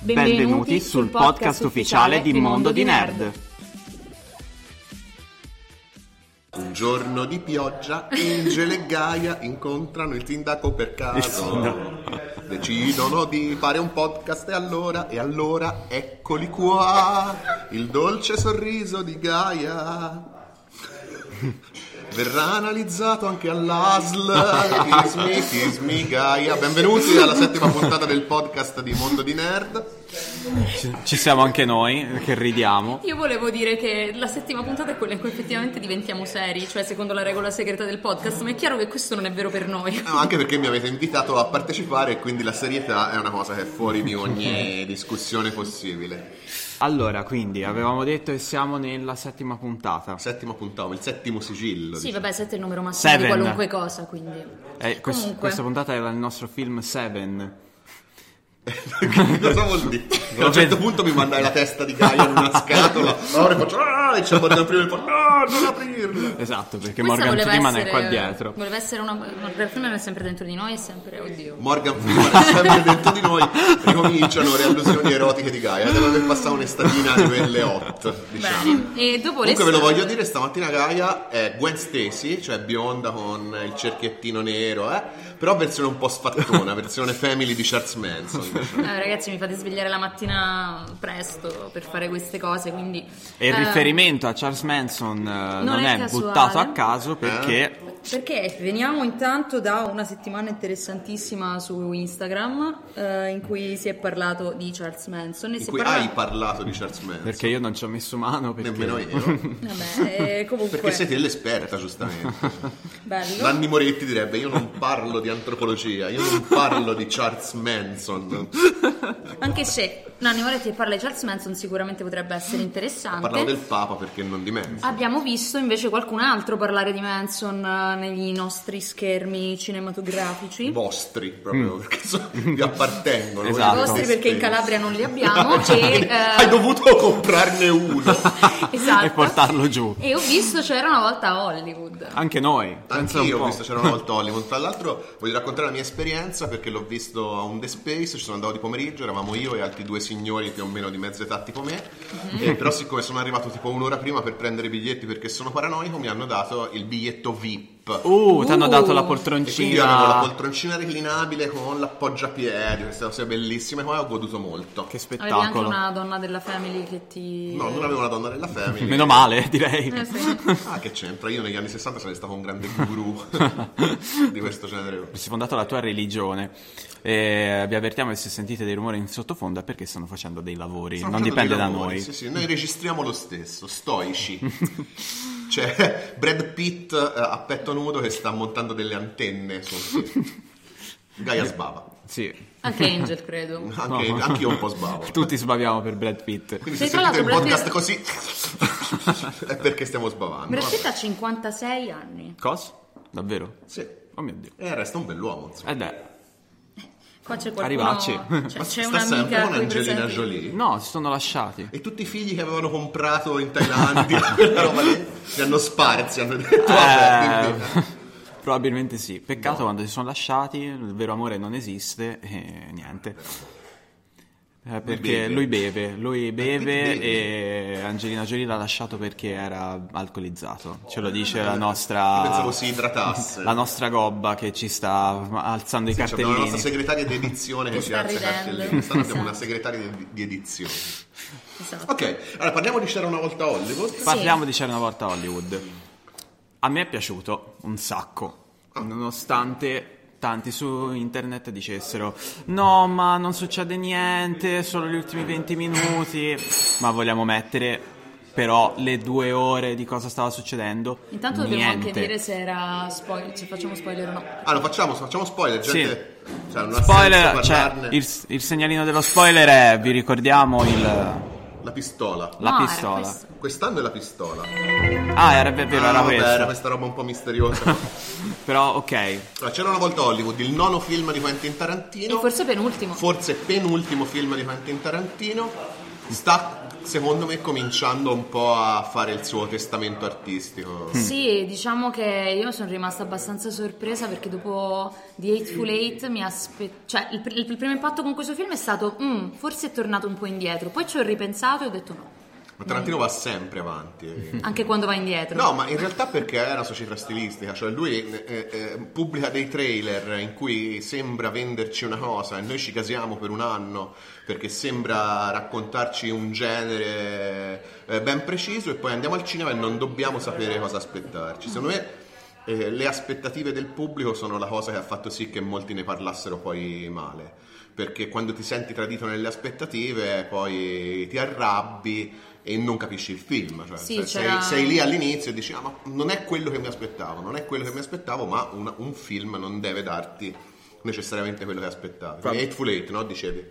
Benvenuti sul podcast ufficiale di Mondo di Nerd. Un giorno di pioggia, Angel e Gaia incontrano il sindaco per caso. Decidono di fare un podcast e allora, e allora, eccoli qua, il dolce sorriso di Gaia. Verrà analizzato anche all'ASL. Kiss me, kiss me, Gaia. Benvenuti alla settima puntata del podcast di Mondo di Nerd. Ci siamo anche noi, che ridiamo. Io volevo dire che la settima puntata è quella in cui effettivamente diventiamo seri, cioè secondo la regola segreta del podcast, ma è chiaro che questo non è vero per noi. Eh, ma Anche perché mi avete invitato a partecipare e quindi la serietà è una cosa che è fuori di ogni discussione possibile. Allora, quindi avevamo detto che siamo nella settima puntata. Settima puntata, il settimo sigillo. Sì, diciamo. vabbè, 7 è il numero massimo Seven. di qualunque cosa, quindi. Eh, quest- Comunque. questa puntata era il nostro film Seven. Cosa vuol dire? Che a Vabbè. un certo punto mi mandai la testa di Gaia in una scatola, allora faccio ah, e ci abbiamo aprire il portone, no, non aprirla. Esatto, perché Questa Morgan voleva Freeman è essere- eh, qua dietro. Voleva essere una. Morgan Freeman è sempre dentro di noi, è sempre. Oddio. Morgan Freeman è sempre dentro di noi, ricominciano le allusioni erotiche di Gaia, devo aver passato un'estatina di quelle hot, diciamo. Bene. E dopo le Comunque ve lo strade- voglio dire, stamattina Gaia è Gwen Stacy, cioè bionda con il cerchiettino nero, eh? però versione un po' sfattona, versione family di Charles Manson. diciamo. Eh, ragazzi, mi fate svegliare la mattina presto per fare queste cose, quindi. E il Eh, riferimento a Charles Manson eh, non, è è, casuale. buttato a caso perché Eh? Perché veniamo intanto da una settimana interessantissima su Instagram eh, in cui si è parlato di Charles Manson e In si è cui hai parlato di Charles Manson. Perché io non ci ho messo mano perché... Nemmeno io. Vabbè, eh, comunque Perché siete l'esperta, giustamente. bello. Nanni Moretti direbbe: Io non parlo di antropologia, io non parlo di Charles Manson. Anche se Nanni Moretti parla di Charles Manson sicuramente potrebbe essere Parlavo interessante. del Papa perché non di Manson. Abbiamo visto invece qualcun altro parlare di Manson eh, negli nostri schermi cinematografici. I vostri proprio perché so- vi appartengono. Esatto. I vostri perché in Calabria non li abbiamo Cioè, e, eh, Boh, Hai dovuto comprarne uno. esatto. e portarlo giù. E ho visto c'era una volta a Hollywood. Anche noi. pensa un Anch'io po'. ho visto c'era una volta Hollywood. Tra l'altro voglio raccontare la mia esperienza perché l'ho visto a un The Space, ci sono andato di pomeriggio, eravamo io e altri due signori più o meno di mezza età tipo me. Mhm. Eh, però siccome sono arrivato tipo un'ora prima per prendere i biglietti perché sono paranoico, mi hanno dato il biglietto VIP. Uh, ti hanno dato la Uh. E quindi io avevo la poltroncina. poltroncina reclinabile con l'appoggiapiedi, queste cose bellissime qua e ho goduto molto. Che Avevi anche spettacolo. una donna della family che ti. No, non avevo la donna della family. Meno male, direi. Eh, sì. Ah, che c'entra? Io negli anni 60 sarei stato un grande guru di questo genere. Si è fondata la tua religione. E vi avvertiamo che se sentite dei rumori in sottofondo è perché stanno facendo dei lavori, Stanno non facendo dipende dei da lavori, noi. Sì, sì, noi registriamo lo stesso, stoici. C'è Brad Pitt eh, a petto nudo che sta montando delle antenne sul Gaia sbava. Sì. Anche Angel, credo. Anche, Eh. No. anche io un po' sbavo. Tutti sbaviamo per Brad Pitt. Quindi Sì, se tra sentite il l'altro podcast Brad così è perché stiamo sbavando. Brad vabbè. Pitt ha 56 anni. Cos? Davvero? Eh Sì. Oh mio dio. E resta un bell'uomo, insomma. Ed è. Qua c'è qualcuno. Arrivaci. Cioè, c'è sta sempre un'amica con qui Angelina presente. Jolie. No, si sono lasciati. E tutti i figli che avevano comprato in Thailandia, quella roba lì, li hanno sparsi, hanno detto, Eh, vabbè, quindi- probabilmente sì. Peccato quando si sono lasciati, il vero amore non esiste e niente. Eh, perché beve. Eh, lui beve, lui beve Pitt e Angelina Jolie l'ha lasciato perché era alcolizzato. Ce lo dice la Eh, Io pensavo nostra si idratasse. la nostra gobba che ci sta alzando i Cioè, abbiamo la nostra cartellini. segretaria di edizione che Che ci sta alza i ridendo. cartellini. Quest'anno abbiamo Esatto. una segretaria di, di edizione. Esatto. Ok, allora parliamo di C'era una volta Hollywood. Parliamo di C'era una volta Hollywood. A me è piaciuto un sacco, Ah. nonostante tanti su internet dicessero no ma non succede niente, solo gli ultimi 20 minuti, ma vogliamo mettere però le due ore di cosa stava succedendo. Intanto dobbiamo niente. anche dire se era spoiler. Se facciamo spoiler o no. Ah, lo facciamo, facciamo spoiler, gente. Cioè, non ha senso Spoiler, cioè, parlarne. il, il segnalino dello spoiler è, vi ricordiamo il... La pistola. La No, era pistola. questo. Quest'anno è la pistola. Ah, era è vero, Ah, era vabbè, questo. era questa roba un po' misteriosa. Però, ok. Ah, C'era una volta Hollywood, il nono film di Quentin Tarantino. E forse penultimo. forse penultimo film di Quentin Tarantino, sta secondo me cominciando un po' a fare il suo testamento artistico. Mm. Sì, diciamo che io sono rimasta abbastanza sorpresa perché dopo The Eightful Eight mi aspettavo. Cioè, il, pr- il primo impatto con questo film è stato "Mm, forse è tornato un po' indietro. Poi ci ho ripensato e ho detto no. Ma Tarantino va sempre avanti. eh. Anche quando va indietro. No, ma in realtà perché è una società stilistica, cioè lui eh, eh, pubblica dei trailer in cui sembra venderci una cosa e noi ci casiamo per un anno perché sembra raccontarci un genere eh, ben preciso e poi andiamo al cinema e non dobbiamo sapere cosa aspettarci. Secondo me eh, le aspettative del pubblico sono la cosa che ha fatto sì che molti ne parlassero poi male. Perché quando ti senti tradito nelle aspettative, poi ti arrabbi e non capisci il film. Cioè, Sì, se- sei- c'era- sei lì all'inizio e dici, ah, ma non è quello che mi aspettavo, non è quello che mi aspettavo, ma un, un film non deve darti necessariamente quello che aspettavi. Fra- Eightful Eight, no? Dicevi.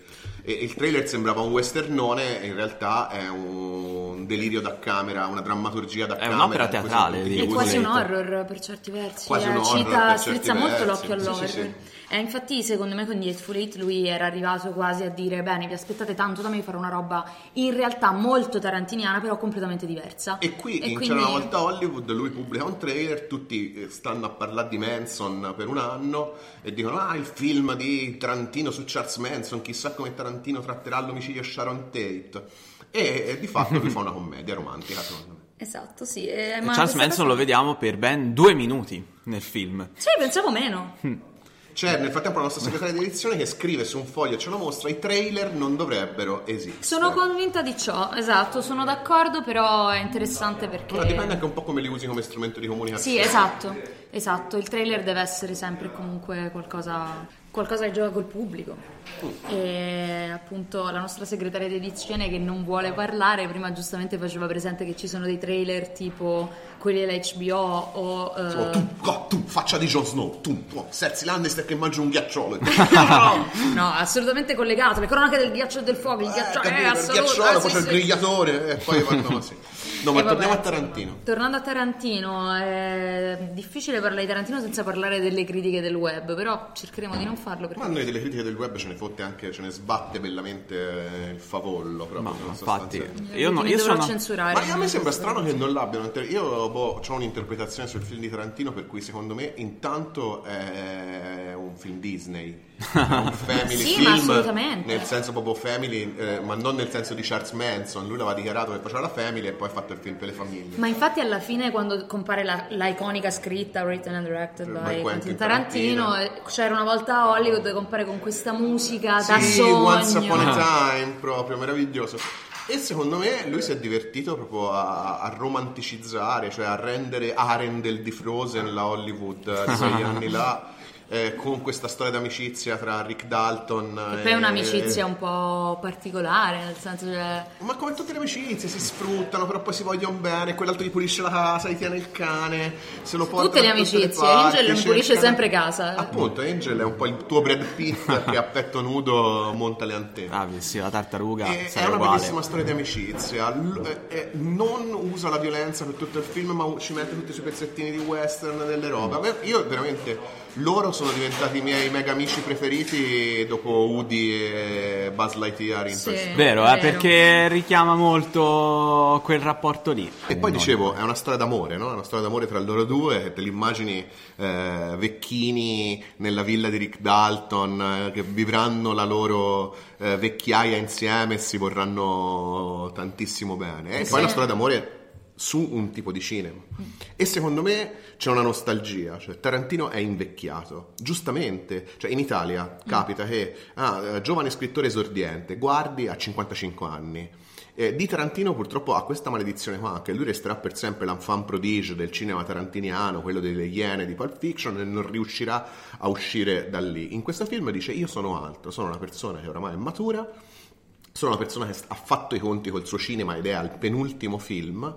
E, il trailer sembrava un westernone, e in realtà è un delirio da camera, una drammaturgia da È camera. un'opera con questi teatrale, tutti direi. È chiusi. Sì, quasi un certo. horror per certi versi. Quasi un Eh, horror cita- per certi strizza molto versi. l'occhio Sì, sì, all'horror. sì. E infatti, secondo me, con The Eightful Eight lui era arrivato quasi a dire: Bene, vi aspettate tanto da me fare una roba in realtà molto tarantiniana, però completamente diversa. E qui in quindi- c'era una volta a Hollywood, lui pubblica un trailer, tutti eh, stanno a parlare di Manson per un anno e dicono ah il film di Tarantino su Charles Manson, chissà come Tarantino tratterà l'omicidio Sharon Tate. E, eh, di fatto lui fa una commedia romantica, secondo me. Esatto, sì. eh, E ma Charles questa Manson cosa- lo vediamo per ben due minuti nel film. Sì, pensavo meno. C'è nel frattempo la nostra segretaria di edizione che scrive su un foglio e ce lo mostra, i trailer non dovrebbero esistere. Sono convinta di ciò, esatto, sono d'accordo, però è interessante perché... Ora dipende anche un po' come li usi come strumento di comunicazione. Sì, esatto, esatto, il trailer deve essere sempre e comunque qualcosa, qualcosa che gioca col pubblico. E appunto la nostra segretaria di edizione che non vuole parlare, prima giustamente faceva presente che ci sono dei trailer tipo quelli dell'HBO o... eh, Tipo, tu, co- tu, faccia di Jon Snow, tu, tu, Cersei Lannister che mangia un ghiacciolo. no, assolutamente collegato, le cronache del ghiaccio e del fuoco, il ghiaccio Eh, è capito, il ghiacciolo, assoluto, eh, poi sì, c'è il sì. grigliatore e poi vanno così. No, ma E vabbè, torniamo a insomma, Tarantino. Tornando a Tarantino, è difficile parlare di Tarantino senza parlare delle critiche del web, però cercheremo di non farlo Ma a perché noi delle critiche del web ce ne fotte anche, ce ne sbatte bellamente eh, il favollo proprio. Ma nella infatti, sostanza. io, no- mi io dovrò sono. censurare. Ma a me sembra strano che non l'abbiano. inter- Io boh, ho un'interpretazione sul film di Tarantino per cui secondo me intanto è un film Disney. È un family Sì, film. ma assolutamente. Nel senso proprio family, eh, ma non nel senso di Charles Manson. Lui l'aveva dichiarato che faceva la family e poi ha fatto il film per le famiglie. Ma infatti alla fine quando compare la, la iconica scritta Written and Directed By by Quentin Quentin Tarantino, Tarantino. eh, c'era una volta a Hollywood compare con questa musica da sì, sogno. Once Upon a Time, proprio meraviglioso. E secondo me lui si è divertito proprio a, a romanticizzare, cioè a rendere Arendelle di Frozen, la Hollywood eh, di quegli anni là, eh, con questa storia d'amicizia tra Rick Dalton E poi è un'amicizia un po' particolare, nel senso cioè, Ma come tutte le amicizie, si sfruttano, però poi si vogliono bene, quell'altro gli pulisce la casa, gli tiene il cane, se lo porta Tutte le da amicizie, parti, Angel non pulisce cercano- sempre casa. Appunto, Angel è un po' il tuo Brad Pitt che a petto nudo monta le antenne. Ah, sì, la tartaruga È- è Cioè, sarà una uguale. bellissima storia di amicizia. L- eh, eh, non usa la violenza per tutto il film, ma u- ci mette tutti i suoi pezzettini di western delle robe. A me- Io veramente loro sono diventati i miei mega amici preferiti dopo Woody e Buzz Lightyear in Sì. Toy Story. Vero, eh, Vero. perché richiama molto quel rapporto lì. E poi No. dicevo, è una storia d'amore, no? È una storia d'amore tra loro due, che te li immagini eh, vecchini nella villa di Rick Dalton, eh, che vivranno la loro eh, vecchiaia insieme e si vorranno tantissimo bene. E Sì. poi è una storia d'amore su un tipo di cinema. E secondo me c'è una nostalgia, cioè Tarantino è invecchiato, giustamente, cioè in Italia capita che ah, eh, giovane scrittore esordiente, guardi a 55 anni. Eh, di Tarantino purtroppo ha questa maledizione qua, che lui resterà per sempre l'enfant prodigio del cinema tarantiniano, quello delle Iene di Pulp Fiction e non riuscirà a uscire da lì. In questo film dice io sono altro, sono una persona che oramai è matura, sono una persona che ha fatto i conti col suo cinema ed è al penultimo film,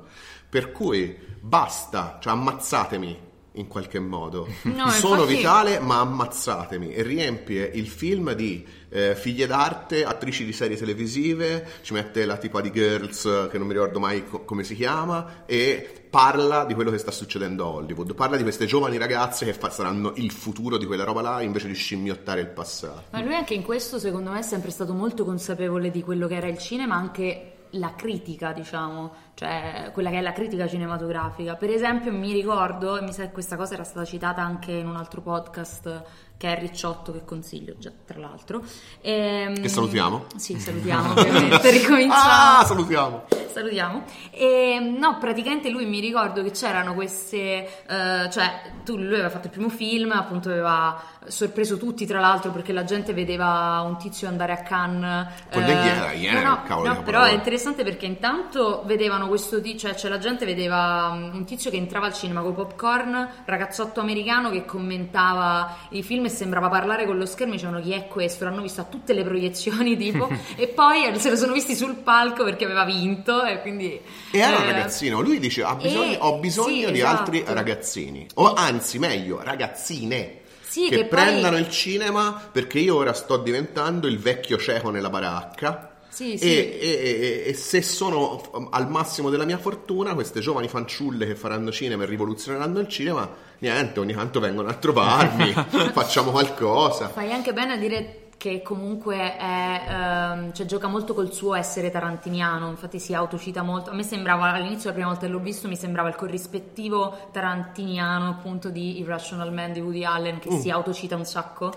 per cui basta, cioè ammazzatemi in qualche modo. No, Sono infatti- vitale, ma ammazzatemi. E riempie il film di eh, figlie d'arte, attrici di serie televisive, ci mette la tipa di Girls, eh, che non mi ricordo mai co- come si chiama, e parla di quello che sta succedendo a Hollywood. Parla di queste giovani ragazze che fa- saranno il futuro di quella roba là, invece di scimmiottare il passato. Ma lui anche in questo, secondo me, è sempre stato molto consapevole di quello che era il cinema, anche la critica, diciamo, cioè quella che è la critica cinematografica. Per esempio, mi ricordo, e mi sa che questa cosa era stata citata anche in un altro podcast che è Ricciotto, che consiglio già, tra l'altro. Ehm, Che salutiamo? Sì, salutiamo, ovviamente, Eh, per ricominciare. Ah, salutiamo! Salutiamo. E, no, praticamente lui mi ricordo che c'erano queste. eh, cioè, tu, lui aveva fatto il primo film, appunto aveva sorpreso tutti, tra l'altro, perché la gente vedeva un tizio andare a Cannes. Con eh, degli aerei, eh, no, no, cavolo, no, che però parola. è interessante perché intanto vedevano questo tizio, cioè, cioè la gente vedeva mm, un tizio che entrava al cinema col popcorn, ragazzotto americano che commentava i film e sembrava parlare con lo schermo, dicevano chi è questo, l'hanno visto a tutte le proiezioni tipo, e poi eh, se lo sono visti sul palco perché aveva vinto e quindi... E era un eh, ragazzino, lui dice "Ha bisogno- eh, ho bisogno sì, di esatto. altri ragazzini, o anzi meglio ragazzine. Sì, che, che poi- prendano il cinema perché io ora sto diventando il vecchio cieco nella baracca. Sì, e, sì. e- e- e se sono f- al massimo della mia fortuna, queste giovani fanciulle che faranno cinema e rivoluzioneranno il cinema, niente, ogni tanto vengono a trovarmi, facciamo qualcosa. Fai anche bene a dire che comunque è, ehm, cioè, gioca molto col suo essere tarantiniano, infatti si autocita molto. A me sembrava, all'inizio la prima volta che l'ho visto, mi sembrava il corrispettivo tarantiniano appunto di Irrational Man di Woody Allen Mm. che si autocita un sacco.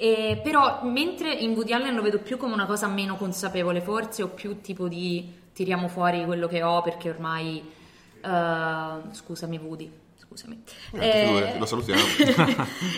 E, però mentre in Woody Allen lo vedo più come una cosa meno consapevole forse o più tipo di tiriamo fuori quello che ho perché ormai... eh, scusami Woody, scusami. Eh, figurati, lo salutiamo.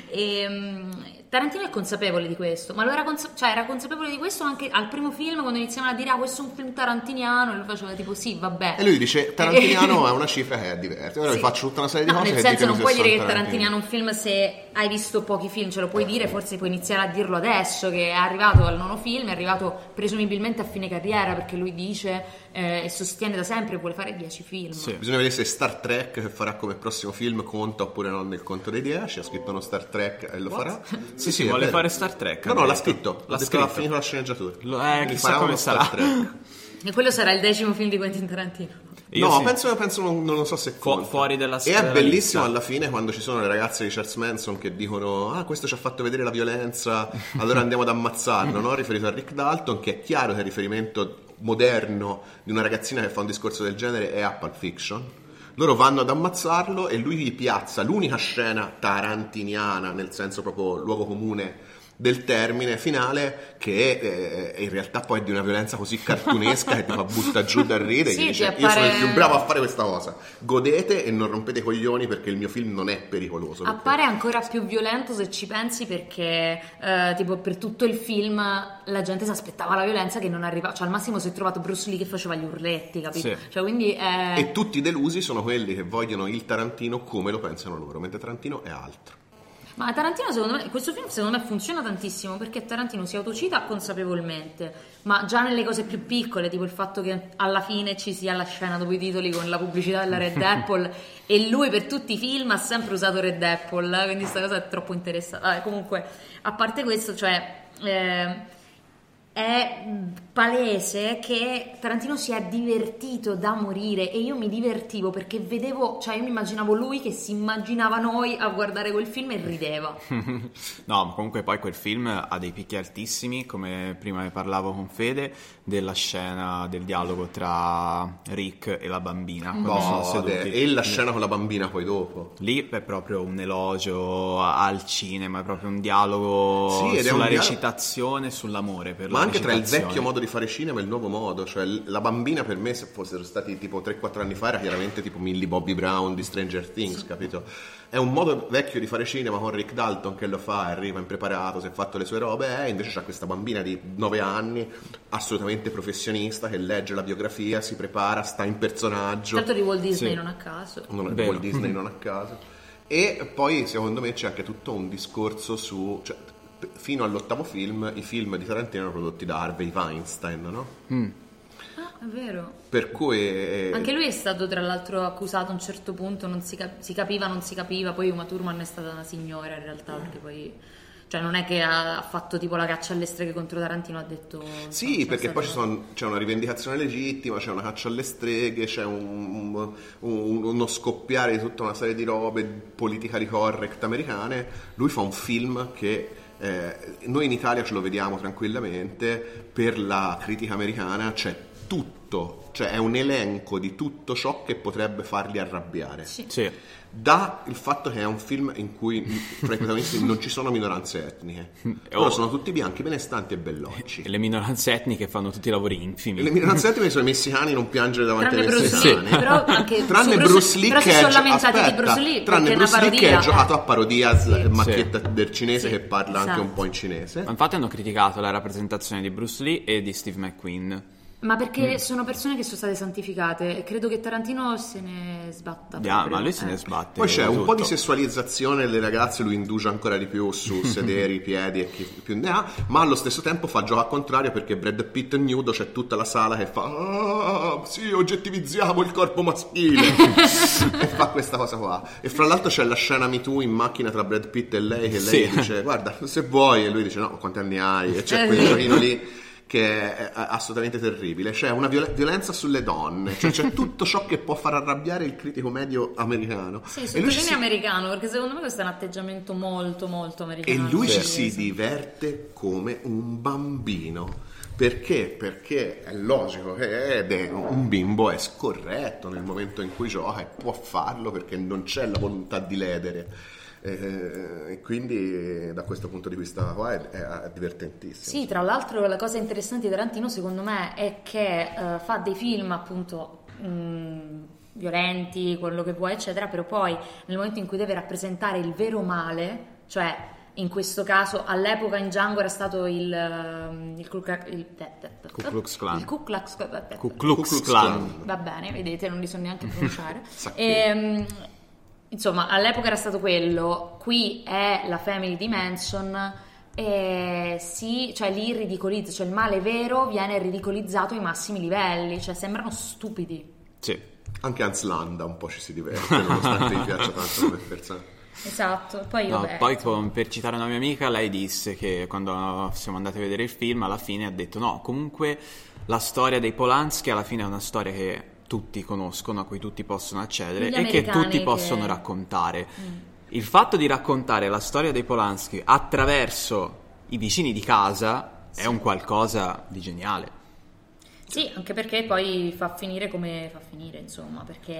E, mm, Tarantino è consapevole di questo, ma lo era, consa- cioè, era consapevole di questo anche al primo film quando iniziavano a dire ah questo è un film tarantiniano e lui faceva tipo sì vabbè. E lui dice Tarantiniano è una cifra che è diversa. Ora Sì. vi faccio tutta una serie di No, cose nel che senso ditemi non se puoi sono dire che tarantiniano. Tarantiniano è un film se hai visto pochi film, ce lo puoi Ecco. dire, forse puoi iniziare a dirlo adesso che è arrivato al nono film, è arrivato presumibilmente a fine carriera perché lui dice eh, e sostiene da sempre vuole fare 10 film. Sì. Bisogna vedere se Star Trek che farà come prossimo film conta oppure no nel conto dei 10. Ha scritto uno Star Trek e lo farà. Sì, sì, è vuole vero. fare Star Trek, No, ha no, l'ha detto. scritto. L'ha L'ha scritto. Ha scritto. finito la sceneggiatura. Lo- eh, Mi chissà farà come uno sarà. Star Trek. E quello sarà il decimo film di Quentin Tarantino. Io no, sì. penso, penso non, non lo so se Fu- conta. fuori dalla E scala è bellissimo lista. alla fine quando ci sono le ragazze di Charles Manson che dicono: Ah, questo ci ha fatto vedere la violenza, allora andiamo ad ammazzarlo. No? Riferito a Rick Dalton, che è chiaro che il riferimento moderno di una ragazzina che fa un discorso del genere è a Pulp Fiction. Loro vanno ad ammazzarlo e lui gli piazza l'unica scena tarantiniana, nel senso proprio luogo comune del termine finale, che eh, in realtà poi è di una violenza così cartunesca che ti fa butta giù dal ridere. e Sì, gli ti dice, Io sono appare- il più bravo a fare questa cosa. Godete e non rompete i coglioni perché il mio film non è pericoloso. perché- Appare ancora più violento se ci pensi perché eh, tipo per tutto il film la gente si aspettava la violenza che non arrivava, cioè al massimo si è trovato Bruce Lee che faceva gli urletti, capito? Sì. Cioè quindi eh, E tutti i delusi sono quelli che vogliono il Tarantino come lo pensano loro, mentre Tarantino è altro. Ma Tarantino, secondo me, questo film secondo me funziona tantissimo perché Tarantino si autocita consapevolmente, ma già nelle cose più piccole, tipo il fatto che alla fine ci sia la scena dopo i titoli con la pubblicità della Red Apple e lui per tutti i film ha sempre usato Red Apple, eh, quindi sta cosa è troppo interessante. Vabbè, comunque, a parte questo, cioè... eh, è palese che Tarantino si è divertito da morire e io mi divertivo perché vedevo, cioè io mi immaginavo lui che si immaginava noi a guardare quel film e rideva. No, ma comunque poi quel film ha dei picchi altissimi, come prima ne parlavo con Fede, della scena del dialogo tra Rick e la bambina. quando sono Boh, vabbè, seduti. e la scena con la bambina poi dopo. Lì è proprio un elogio a- al cinema, è proprio un dialogo Sì, ed è un sulla dialogo- recitazione, sull'amore per Ma la anche tra il recitazione. vecchio modo di fare cinema e il nuovo modo, cioè l- la bambina per me se fossero stati tipo 3-4 anni fa era chiaramente tipo Millie Bobby Brown di Stranger Things, capito? È un modo vecchio di fare cinema con Rick Dalton che lo fa, arriva impreparato, si è fatto le sue robe, eh, invece c'ha questa bambina di 9 anni, assolutamente professionista, che legge la biografia, si prepara, sta in personaggio. Tanto Certo, di Walt Disney Sì. non a caso. Non è Vero. Walt Disney non a caso. E poi secondo me c'è anche tutto un discorso su... Cioè, p- fino all'ottavo film i film di Tarantino erano prodotti da Harvey Weinstein, no? Ah, È vero. Per cui... eh, Anche lui è stato tra l'altro accusato a un certo punto, non si, cap- si capiva, non si capiva, poi Uma Thurman è stata una signora in realtà, perché poi... Cioè non è che ha ha fatto tipo la caccia alle streghe contro Tarantino, ha detto... Sì, cioè, perché poi ci stato- sono- c'è una rivendicazione legittima, c'è una caccia alle streghe, c'è un- un- un- uno scoppiare di tutta una serie di robe politically correct americane. Lui fa un film che eh, noi in Italia ce lo vediamo tranquillamente, per la critica americana c'è tutto, cioè è un elenco di tutto ciò che potrebbe farli arrabbiare. Sì. Sì. Da il fatto che è un film in cui tra i protagonisti non ci sono minoranze etniche, Loro Oh. sono tutti bianchi, benestanti e bellocci. E le minoranze etniche fanno tutti i lavori infimi. Le minoranze etniche sono i messicani non piangere davanti Tranne ai Bruce messicani. Lee, però anche Tranne su Bruce Lee però si che sono è- lamentati di aspetta, Bruce Lee perché tranne è una Bruce Lee che parodia. ha giocato a parodia s- Sì. macchietta del cinese Sì, che parla anche esatto. un po' in cinese. Ma Infatti hanno criticato la rappresentazione di Bruce Lee e di Steve McQueen. Ma Mm. perché sono persone che sono state santificate e credo che Tarantino se ne sbatta. Ah, proprio. ma lui se Eh. ne sbatte. Poi c'è un po' di tutto. sessualizzazione delle ragazze, lo induce ancora di più su sederi, piedi e chi più ne ha, ma allo stesso tempo fa gioco al contrario perché Brad Pitt nudo c'è tutta la sala che fa "Ah, sì, oggettivizziamo il corpo maschile e fa questa cosa qua. E fra l'altro c'è la scena Me Too in macchina tra Brad Pitt e lei che lei Sì. dice guarda se vuoi e lui dice no, quanti anni hai? E c'è Eh, quel sì. giochino lì che è assolutamente terribile. C'è una viol- violenza sulle donne, cioè c'è tutto ciò che può far arrabbiare il critico medio americano. Sì, e lui sottolinea ci si, americano, perché secondo me questo è un atteggiamento molto, molto e americano. lui ci Sì. si diverte come un bambino. Perché? Perché è logico che ed è un bimbo è scorretto nel momento in cui gioca e può farlo perché non c'è la volontà di ledere. Eh, E quindi da questo punto di vista qua è, è divertentissimo. Sì, tra l'altro la cosa interessante di Tarantino secondo me è che eh, fa dei film appunto mh, violenti, quello che vuoi eccetera, però poi nel momento in cui deve rappresentare il vero male, cioè in questo caso all'epoca in Django era stato il ehm, il Ku Klux- il- Ku Klux Klan. Il Ku Klux Klan. Ku Klux Ku Klux Klan. Klan. Va bene, vedete, non li so neanche pronunciare. Sacchino. Ehm, insomma, all'epoca era stato quello, qui è la Family Dimension. E sì, cioè li ridicolizza, cioè il male vero viene ridicolizzato ai massimi livelli, cioè sembrano stupidi. Sì. Anche Hans Landa un po' ci si diverte, nonostante gli piaccia tanto come persona. Esatto, poi No, vabbè. poi con- per citare una mia amica, lei disse che quando siamo andati a vedere il film, alla fine ha detto: No, comunque la storia dei Polanski alla fine è una storia che tutti conoscono, a cui tutti possono accedere Gli e che americani tutti che- Mm. possono raccontare. Il fatto di raccontare la storia dei Polanski attraverso i vicini di casa è un qualcosa di geniale. Sì, anche perché poi fa finire come fa finire, insomma, perché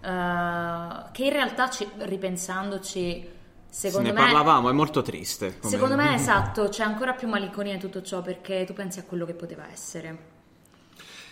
eh, che in realtà ci- ripensandoci, secondo Se ne me parlavamo, è molto triste. come- Secondo me, esatto, c'è ancora più malinconia in tutto ciò perché tu pensi a quello che poteva essere.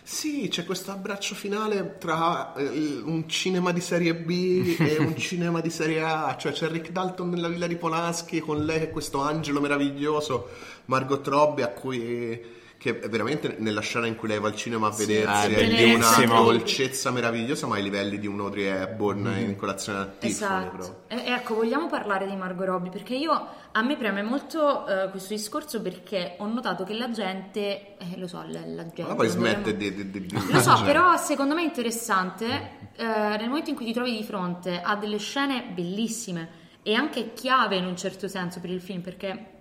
Sì, c'è questo abbraccio finale tra eh, il- un cinema di serie B e un cinema di serie A, cioè c'è Rick Dalton nella villa di Polanski con lei che è questo angelo meraviglioso, Margot Robbie a cui che è veramente nella scena in cui lei va al cinema a vedersi è è di una bellissimo. dolcezza meravigliosa, ma ai livelli di un Audrey Hepburn in colazione a Tiffany proprio. E- e ecco, vogliamo parlare di Margot Robbie perché io a me preme molto eh, questo discorso perché ho notato che la gente, eh, lo so, la, la gente. Ma poi smette vogliamo- di, di, di, di Lo so, cioè, però secondo me è interessante eh, nel momento in cui ti trovi di fronte a delle scene bellissime e anche chiave in un certo senso per il film, perché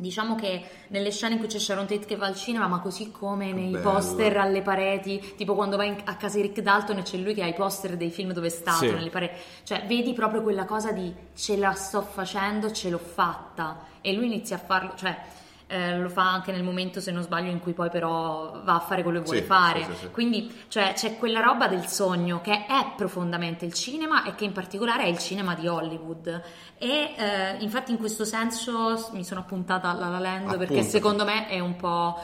diciamo che nelle scene in cui c'è Sharon Tate che va al cinema, ma così come nei bella. poster alle pareti, tipo quando vai in- a casa di Rick Dalton e c'è lui che ha i poster dei film dove è stato Sì. nelle pareti, cioè vedi proprio quella cosa di ce la sto facendo, ce l'ho fatta e lui inizia a farlo, cioè eh, lo fa anche nel momento se non sbaglio in cui poi però va a fare quello che vuole Sì, fare. sì, sì, sì. Quindi cioè, c'è quella roba del sogno che è profondamente il cinema e che in particolare è il cinema di Hollywood. E eh, infatti in questo senso s- mi sono appuntata alla La Land perché Appuntati. secondo me è un po'...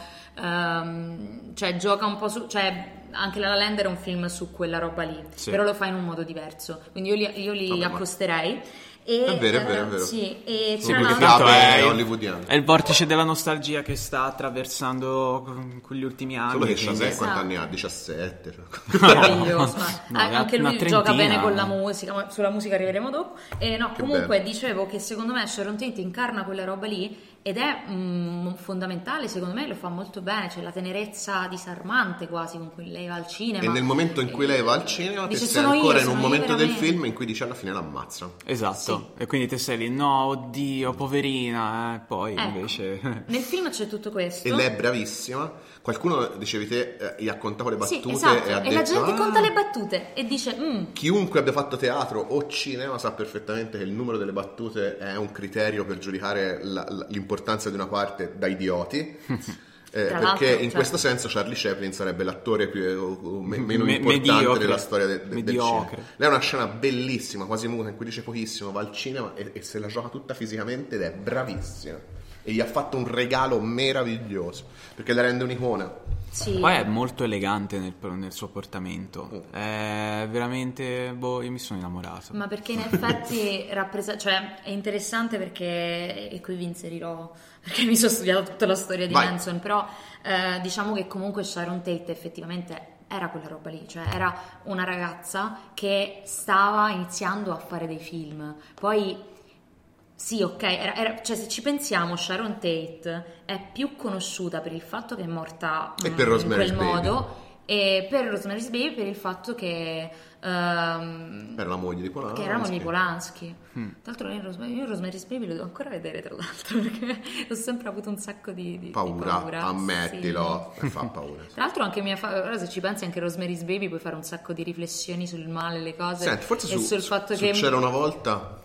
ehm, cioè gioca un po' su... Cioè, anche La La Land era un film su quella roba lì, Sì. però lo fa in un modo diverso. Quindi io li, io li Vabbè, ma- accosterei. E, È vero, è eh, vero, è vero. Sì, e Sì, tra perché l'altro- Tanto Vabbè, è, hollywoodiano. Ah, è il vortice della nostalgia che sta attraversando con- con gli ultimi anni. Solo che quindi- Chazelle quanti Esatto. anni ha? 17. cioè. meraviglioso. No, Ah, anche una lui trentina. gioca bene con la musica, ma sulla musica arriveremo dopo. E no, Che comunque bello. dicevo che secondo me Sharon Tate incarna quella roba lì Ed è mm, fondamentale, secondo me, lo fa molto bene, cioè la tenerezza disarmante quasi con cui lei va al cinema. Eh, E nel momento in cui lei va al cinema, te dice, sei "Sono io, ancora in sono un io momento del veramente". film in cui dice alla fine l'ammazza. Esatto, e quindi te sei lì, no, oddio, poverina, eh, poi Ecco. invece... Nel film c'è tutto questo. E lei è bravissima. Qualcuno, dicevi te, eh, gli ha contato le battute sì, esatto. e ha E, detto... la gente "Ah, conta le battute e dice: "Mm, Chiunque abbia fatto teatro o cinema sa perfettamente che il numero delle battute è un criterio per giudicare la- la- l'importanza di una parte da idioti. Eh, Tra l'altro, perché in cioè- questo senso Charlie Chaplin sarebbe l'attore più, eh, o- o me- meno Me- importante mediocre. della storia de- de- del cinema. Mediocre. Lei ha una scena bellissima, quasi muta, in cui dice pochissimo, va al cinema e, e se la gioca tutta fisicamente ed è bravissima. E gli ha fatto un regalo meraviglioso, perché la rende un'icona. sì. Poi è molto elegante nel, nel suo Oh. portamento, è veramente, boh, io mi sono innamorato. Ma perché in effetti rappresa- cioè, è interessante perché, e qui vi inserirò, perché mi sono studiato tutta la storia di Vai. Manson, però eh, diciamo che comunque Sharon Tate effettivamente era quella roba lì, cioè era una ragazza che stava iniziando a fare dei film, poi... Sì, ok, era- era- cioè se ci pensiamo Sharon Tate è più conosciuta per il fatto che è morta E mm, per in Rosemary's quel Baby. modo e per Rosemary's Baby per il fatto che ehm, Era la moglie di Polanski. che eravamo di Polanski. Mm. Tra l'altro lei in Rosem- io in Rosemary's Baby lo devo ancora vedere, tra l'altro, perché ho sempre avuto un sacco di, di- di Paura, paura. ammettilo. Eh, fa paura. Sì. Tra l'altro anche mia fa- ora se ci pensi anche Rosemary's Baby puoi fare un sacco di riflessioni sul male, le cose Senti, forse su, e sul fatto su che c'era una volta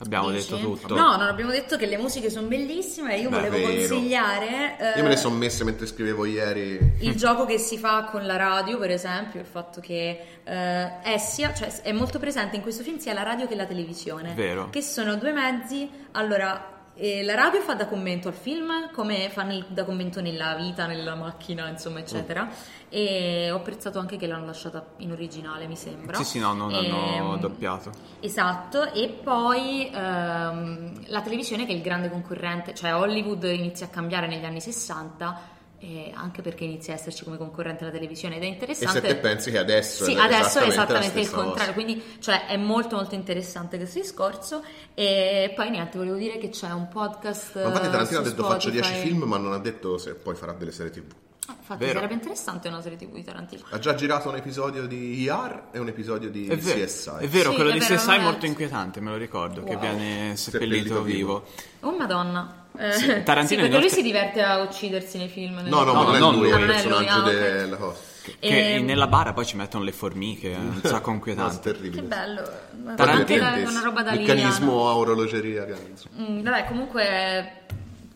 Abbiamo Dici? detto tutto. No, non abbiamo detto che le musiche sono bellissime e io volevo Davvero? consigliare eh, Io me le sono messe mentre scrivevo ieri. il gioco che si fa con la radio, per esempio, il fatto che eh, è sia, cioè è molto presente in questo film sia la radio che la televisione. Vero. Che sono due mezzi. Allora, eh, la radio fa da commento al film, come fa nel- da commento nella vita, nella macchina, insomma, eccetera. Oh. E ho apprezzato anche che l'hanno lasciata in originale, mi sembra. Sì, sì, no, non hanno Ehm, doppiato. Esatto, e poi ehm, la televisione che è il grande concorrente, cioè Hollywood inizia a cambiare negli anni 60, eh, anche perché inizia a esserci come concorrente la televisione ed è E se interessante. te pensi che adesso Sì, è adesso è esattamente, esattamente la il stessa cosa. contrario, quindi cioè, è molto molto interessante questo discorso e poi niente, volevo dire che c'è un podcast... Ma infatti eh, Tarantino ha su detto faccio 10 Spotify". film, ma non ha detto se poi farà delle serie TV. Eh, Infatti Vero. sarebbe interessante una serie tv di Tarantino. Ha già girato un episodio di ER e un episodio di È vero, CSI. è vero, Sì, quello è di vero, CSI non è è- molto inquietante, me lo ricordo, che Wow. viene Seppellito seppellito vivo. vivo. Oh madonna. Eh, Sì, sì, Tarantino perché inoltre- lui si diverte a uccidersi nei film. nelle- No, no, No, ma non, non è lui. lui, è Ah, il non è lui, personaggio ah, ok. della cosa. Che Ehm, nella bara poi ci mettono le formiche, è un sacco No, è inquietante. Che terribile. bello. Ma Tarantino anche la- Dentesse. una roba da lì. Meccanismo a orologeria, ragazzi. vabbè, comunque,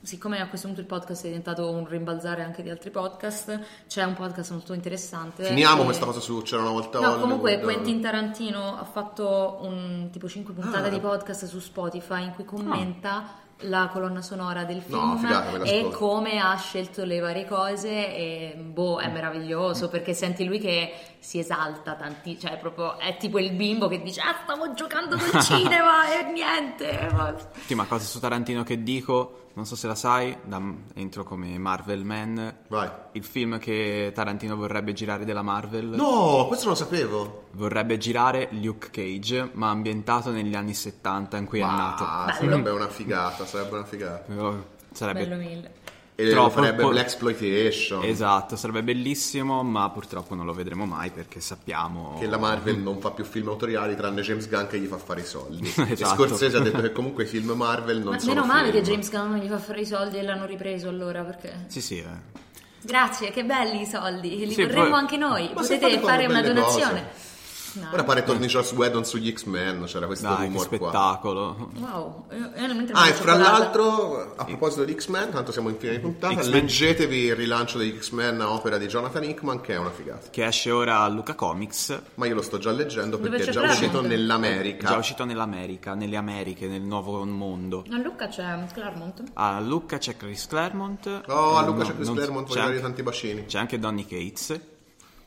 siccome a questo punto il podcast è diventato un rimbalzare anche di altri podcast, c'è un podcast molto interessante. Finiamo E- questa cosa su c'era una volta No, Hollywood. comunque Quentin Tarantino ha fatto un tipo 5 puntate Ah. di podcast su Spotify in cui commenta la colonna sonora del film No, figata, me e l'ascolto. come ha scelto le varie cose e boh, Mm. è meraviglioso perché senti lui che si esalta tanti, cioè proprio è tipo il bimbo che dice "Ah, stavo giocando col cinema e niente". ma-". Ultima cosa su Tarantino che dico, non so se la sai, da- entro come Marvel Man. Vai. Il film che Tarantino vorrebbe girare della Marvel. No, questo non lo sapevo. Vorrebbe girare Luke Cage, ma ambientato negli anni 70 in cui è nato. Ah, sarebbe una figata, sarebbe una figata. Però Sarebbe Bello mille. E Troppo, lo farebbe po- l'exploitation. Esatto, sarebbe bellissimo, ma purtroppo non lo vedremo mai perché sappiamo Che la Marvel non fa più film autoriali tranne James Gunn che gli fa fare i soldi. E Esatto. Scorsese ha detto che comunque i film Marvel non Ma sono meno male film. che James Gunn non gli fa fare i soldi e l'hanno ripreso allora perché Sì, sì, eh. Grazie, che belli i soldi, li Sì, vorremmo poi- anche noi. Ma se fate Potete quando fare una belle cose. donazione. No. Ora pare torni Joss Whedon sugli X-Men, c'era questo Dai, che rumor qua. spettacolo. Wow, io- io mentre Ah, e mangio fra cioccolata- l'altro, a proposito di X-Men, tanto siamo in fine di puntata, X-Men. leggetevi il rilancio degli X-Men a opera di Jonathan Hickman, che è una figata. Che esce ora a Luca Comics. Ma io lo sto già leggendo Dove perché è c'è già Claremont? uscito È nell'America. Già uscito nell'America, nelle Americhe, nel nuovo mondo. A Lucca c'è Claremont. A Lucca c'è Chris Claremont. Oh, a Eh, Luca no, c'è Chris non- Claremont, c'è voglio dare anche- tanti bacini. C'è anche Donny Cates,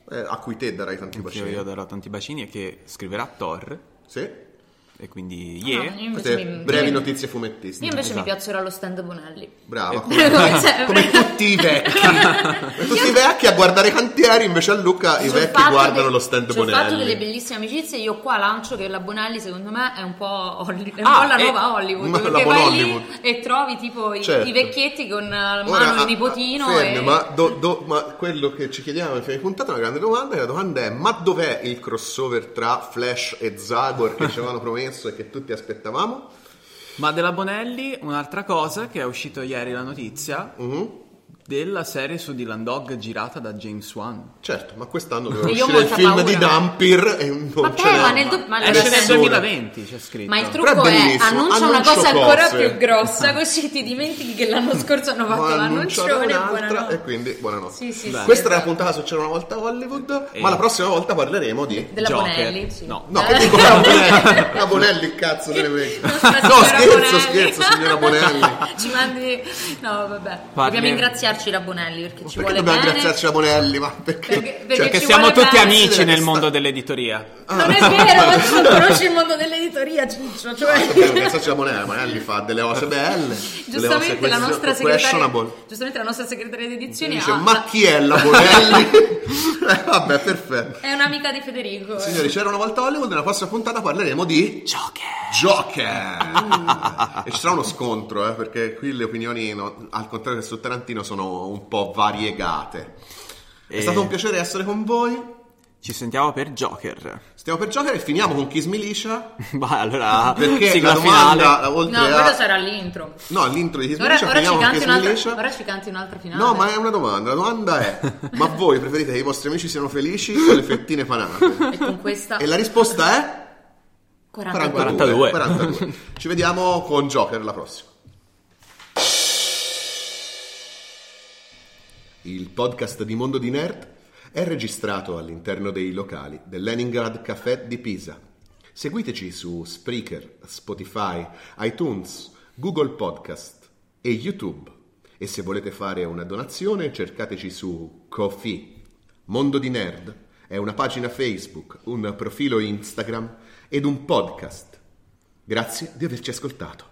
Eh, a cui te darai tanti che io bacini. darò tanti bacini, e che scriverà Thor. Sì? E E quindi, yeah. No, io invece Queste mi- brevi io- notizie fumettiste. Io Cioè, invece Esatto. mi piacerò allo stand Bonelli. Brava. Come sempre. Come tutti i vecchi. Come tutti i vecchi a guardare i cantieri, invece a Lucca i Sul vecchi fatto guardano de- lo stand sul fatto delle Bonelli. bellissime amicizie, io qua lancio che la Bonelli secondo me è un po', Holly- è un Ah, po la eh, nuova Hollywood, ma la perché buona vai Hollywood. lì e trovi tipo i, Certo. i vecchietti con eh, la mano Ora, il ah, nipotino ah, fermi, e... ma, do- do- ma quello che ci chiediamo alla fine di puntata è una grande domanda. E la domanda è: ma dov'è il crossover tra Flash e Zagor che ci avevano promesso e che tutti aspettavamo? Ma della Bonelli, un'altra cosa che è uscito ieri la notizia Mhm. della serie su Dylan Dog girata da James Wan. Certo, ma quest'anno doveva Io ho uscire il molta film paura. di Dampir e non Ma ce beh, l'ha. ma nel do- ma Ed nel- è Esce nel solo- 2020, c'è scritto. Ma il Però trucco è è, bellissimo, annuncio una annuncio cosa ancora cose. più grossa, così ti dimentichi che l'anno scorso hanno fatto Ma annunciano l'annuncione e un'altra ecco. buonanotte. e quindi buonanotte. Sì, sì, Beh. sì, Questa era la esatto. puntata su C'era una volta Hollywood, E- ma la prossima volta parleremo di... della Joker. Bonelli. sì. No. No, che dico la Bonelli, la Bonelli, cazzo delle vecchie. Nostra No, signora scherzo, Bonelli. scherzo, signora Bonelli. Ci mandi... No, vabbè. Parli- Dobbiamo ringraziarci la Bonelli perché ci Perché vuole dobbiamo bene. ringraziarci la Bonelli, ma perché... cioè, Perché- perché Perché ci siamo vuole tutti bene. amici Sì, nel sta- mondo dell'editoria. Ah. Non è vero, tu non conosci il mondo dell'editoria, Ciccio. Cioè... Dobbiamo ringraziarci la Bonelli, la Bonelli fa delle cose belle. delle cose Giustamente la, question- nostra segretaria, questionable. giustamente la nostra segretaria di edizione Dice, ha- ma chi è la Bonelli? Eh, Vabbè, perfetto. è un'amica di Federico. eh. Signori, c'era una volta Hollywood, nella prossima puntata parleremo di Joker. e ci sarà uno scontro, eh, perché qui le opinioni, no- al contrario che su Tarantino, sono un po' variegate. È E- stato un piacere essere con voi. Ci sentiamo per Joker. Stiamo per Joker e finiamo con Kiss Milicia. Bah, allora, Perché Ah, sigla la domanda, finale. la- oltre No, a... quello sarà l'intro. No, l'intro di Kiss Ora, Milicia, ora ci finiamo con canti Kiss un'altra, Milicia. ora ci canti un'altra finale. No, ma è una domanda. La domanda è: ma voi preferite che i vostri amici siano felici o le fettine panate? E con questa... E la risposta è. 40. 42. 42. Ci vediamo con Joker la prossima. Il podcast di Mondo di Nerd è registrato all'interno dei locali del Leningrad Café di Pisa. Seguiteci su Spreaker, Spotify, iTunes, Google Podcast e YouTube. E se volete fare una donazione cercateci su Ko-fi. Mondo di Nerd è una pagina Facebook, un profilo Instagram ed un podcast. Grazie di averci ascoltato.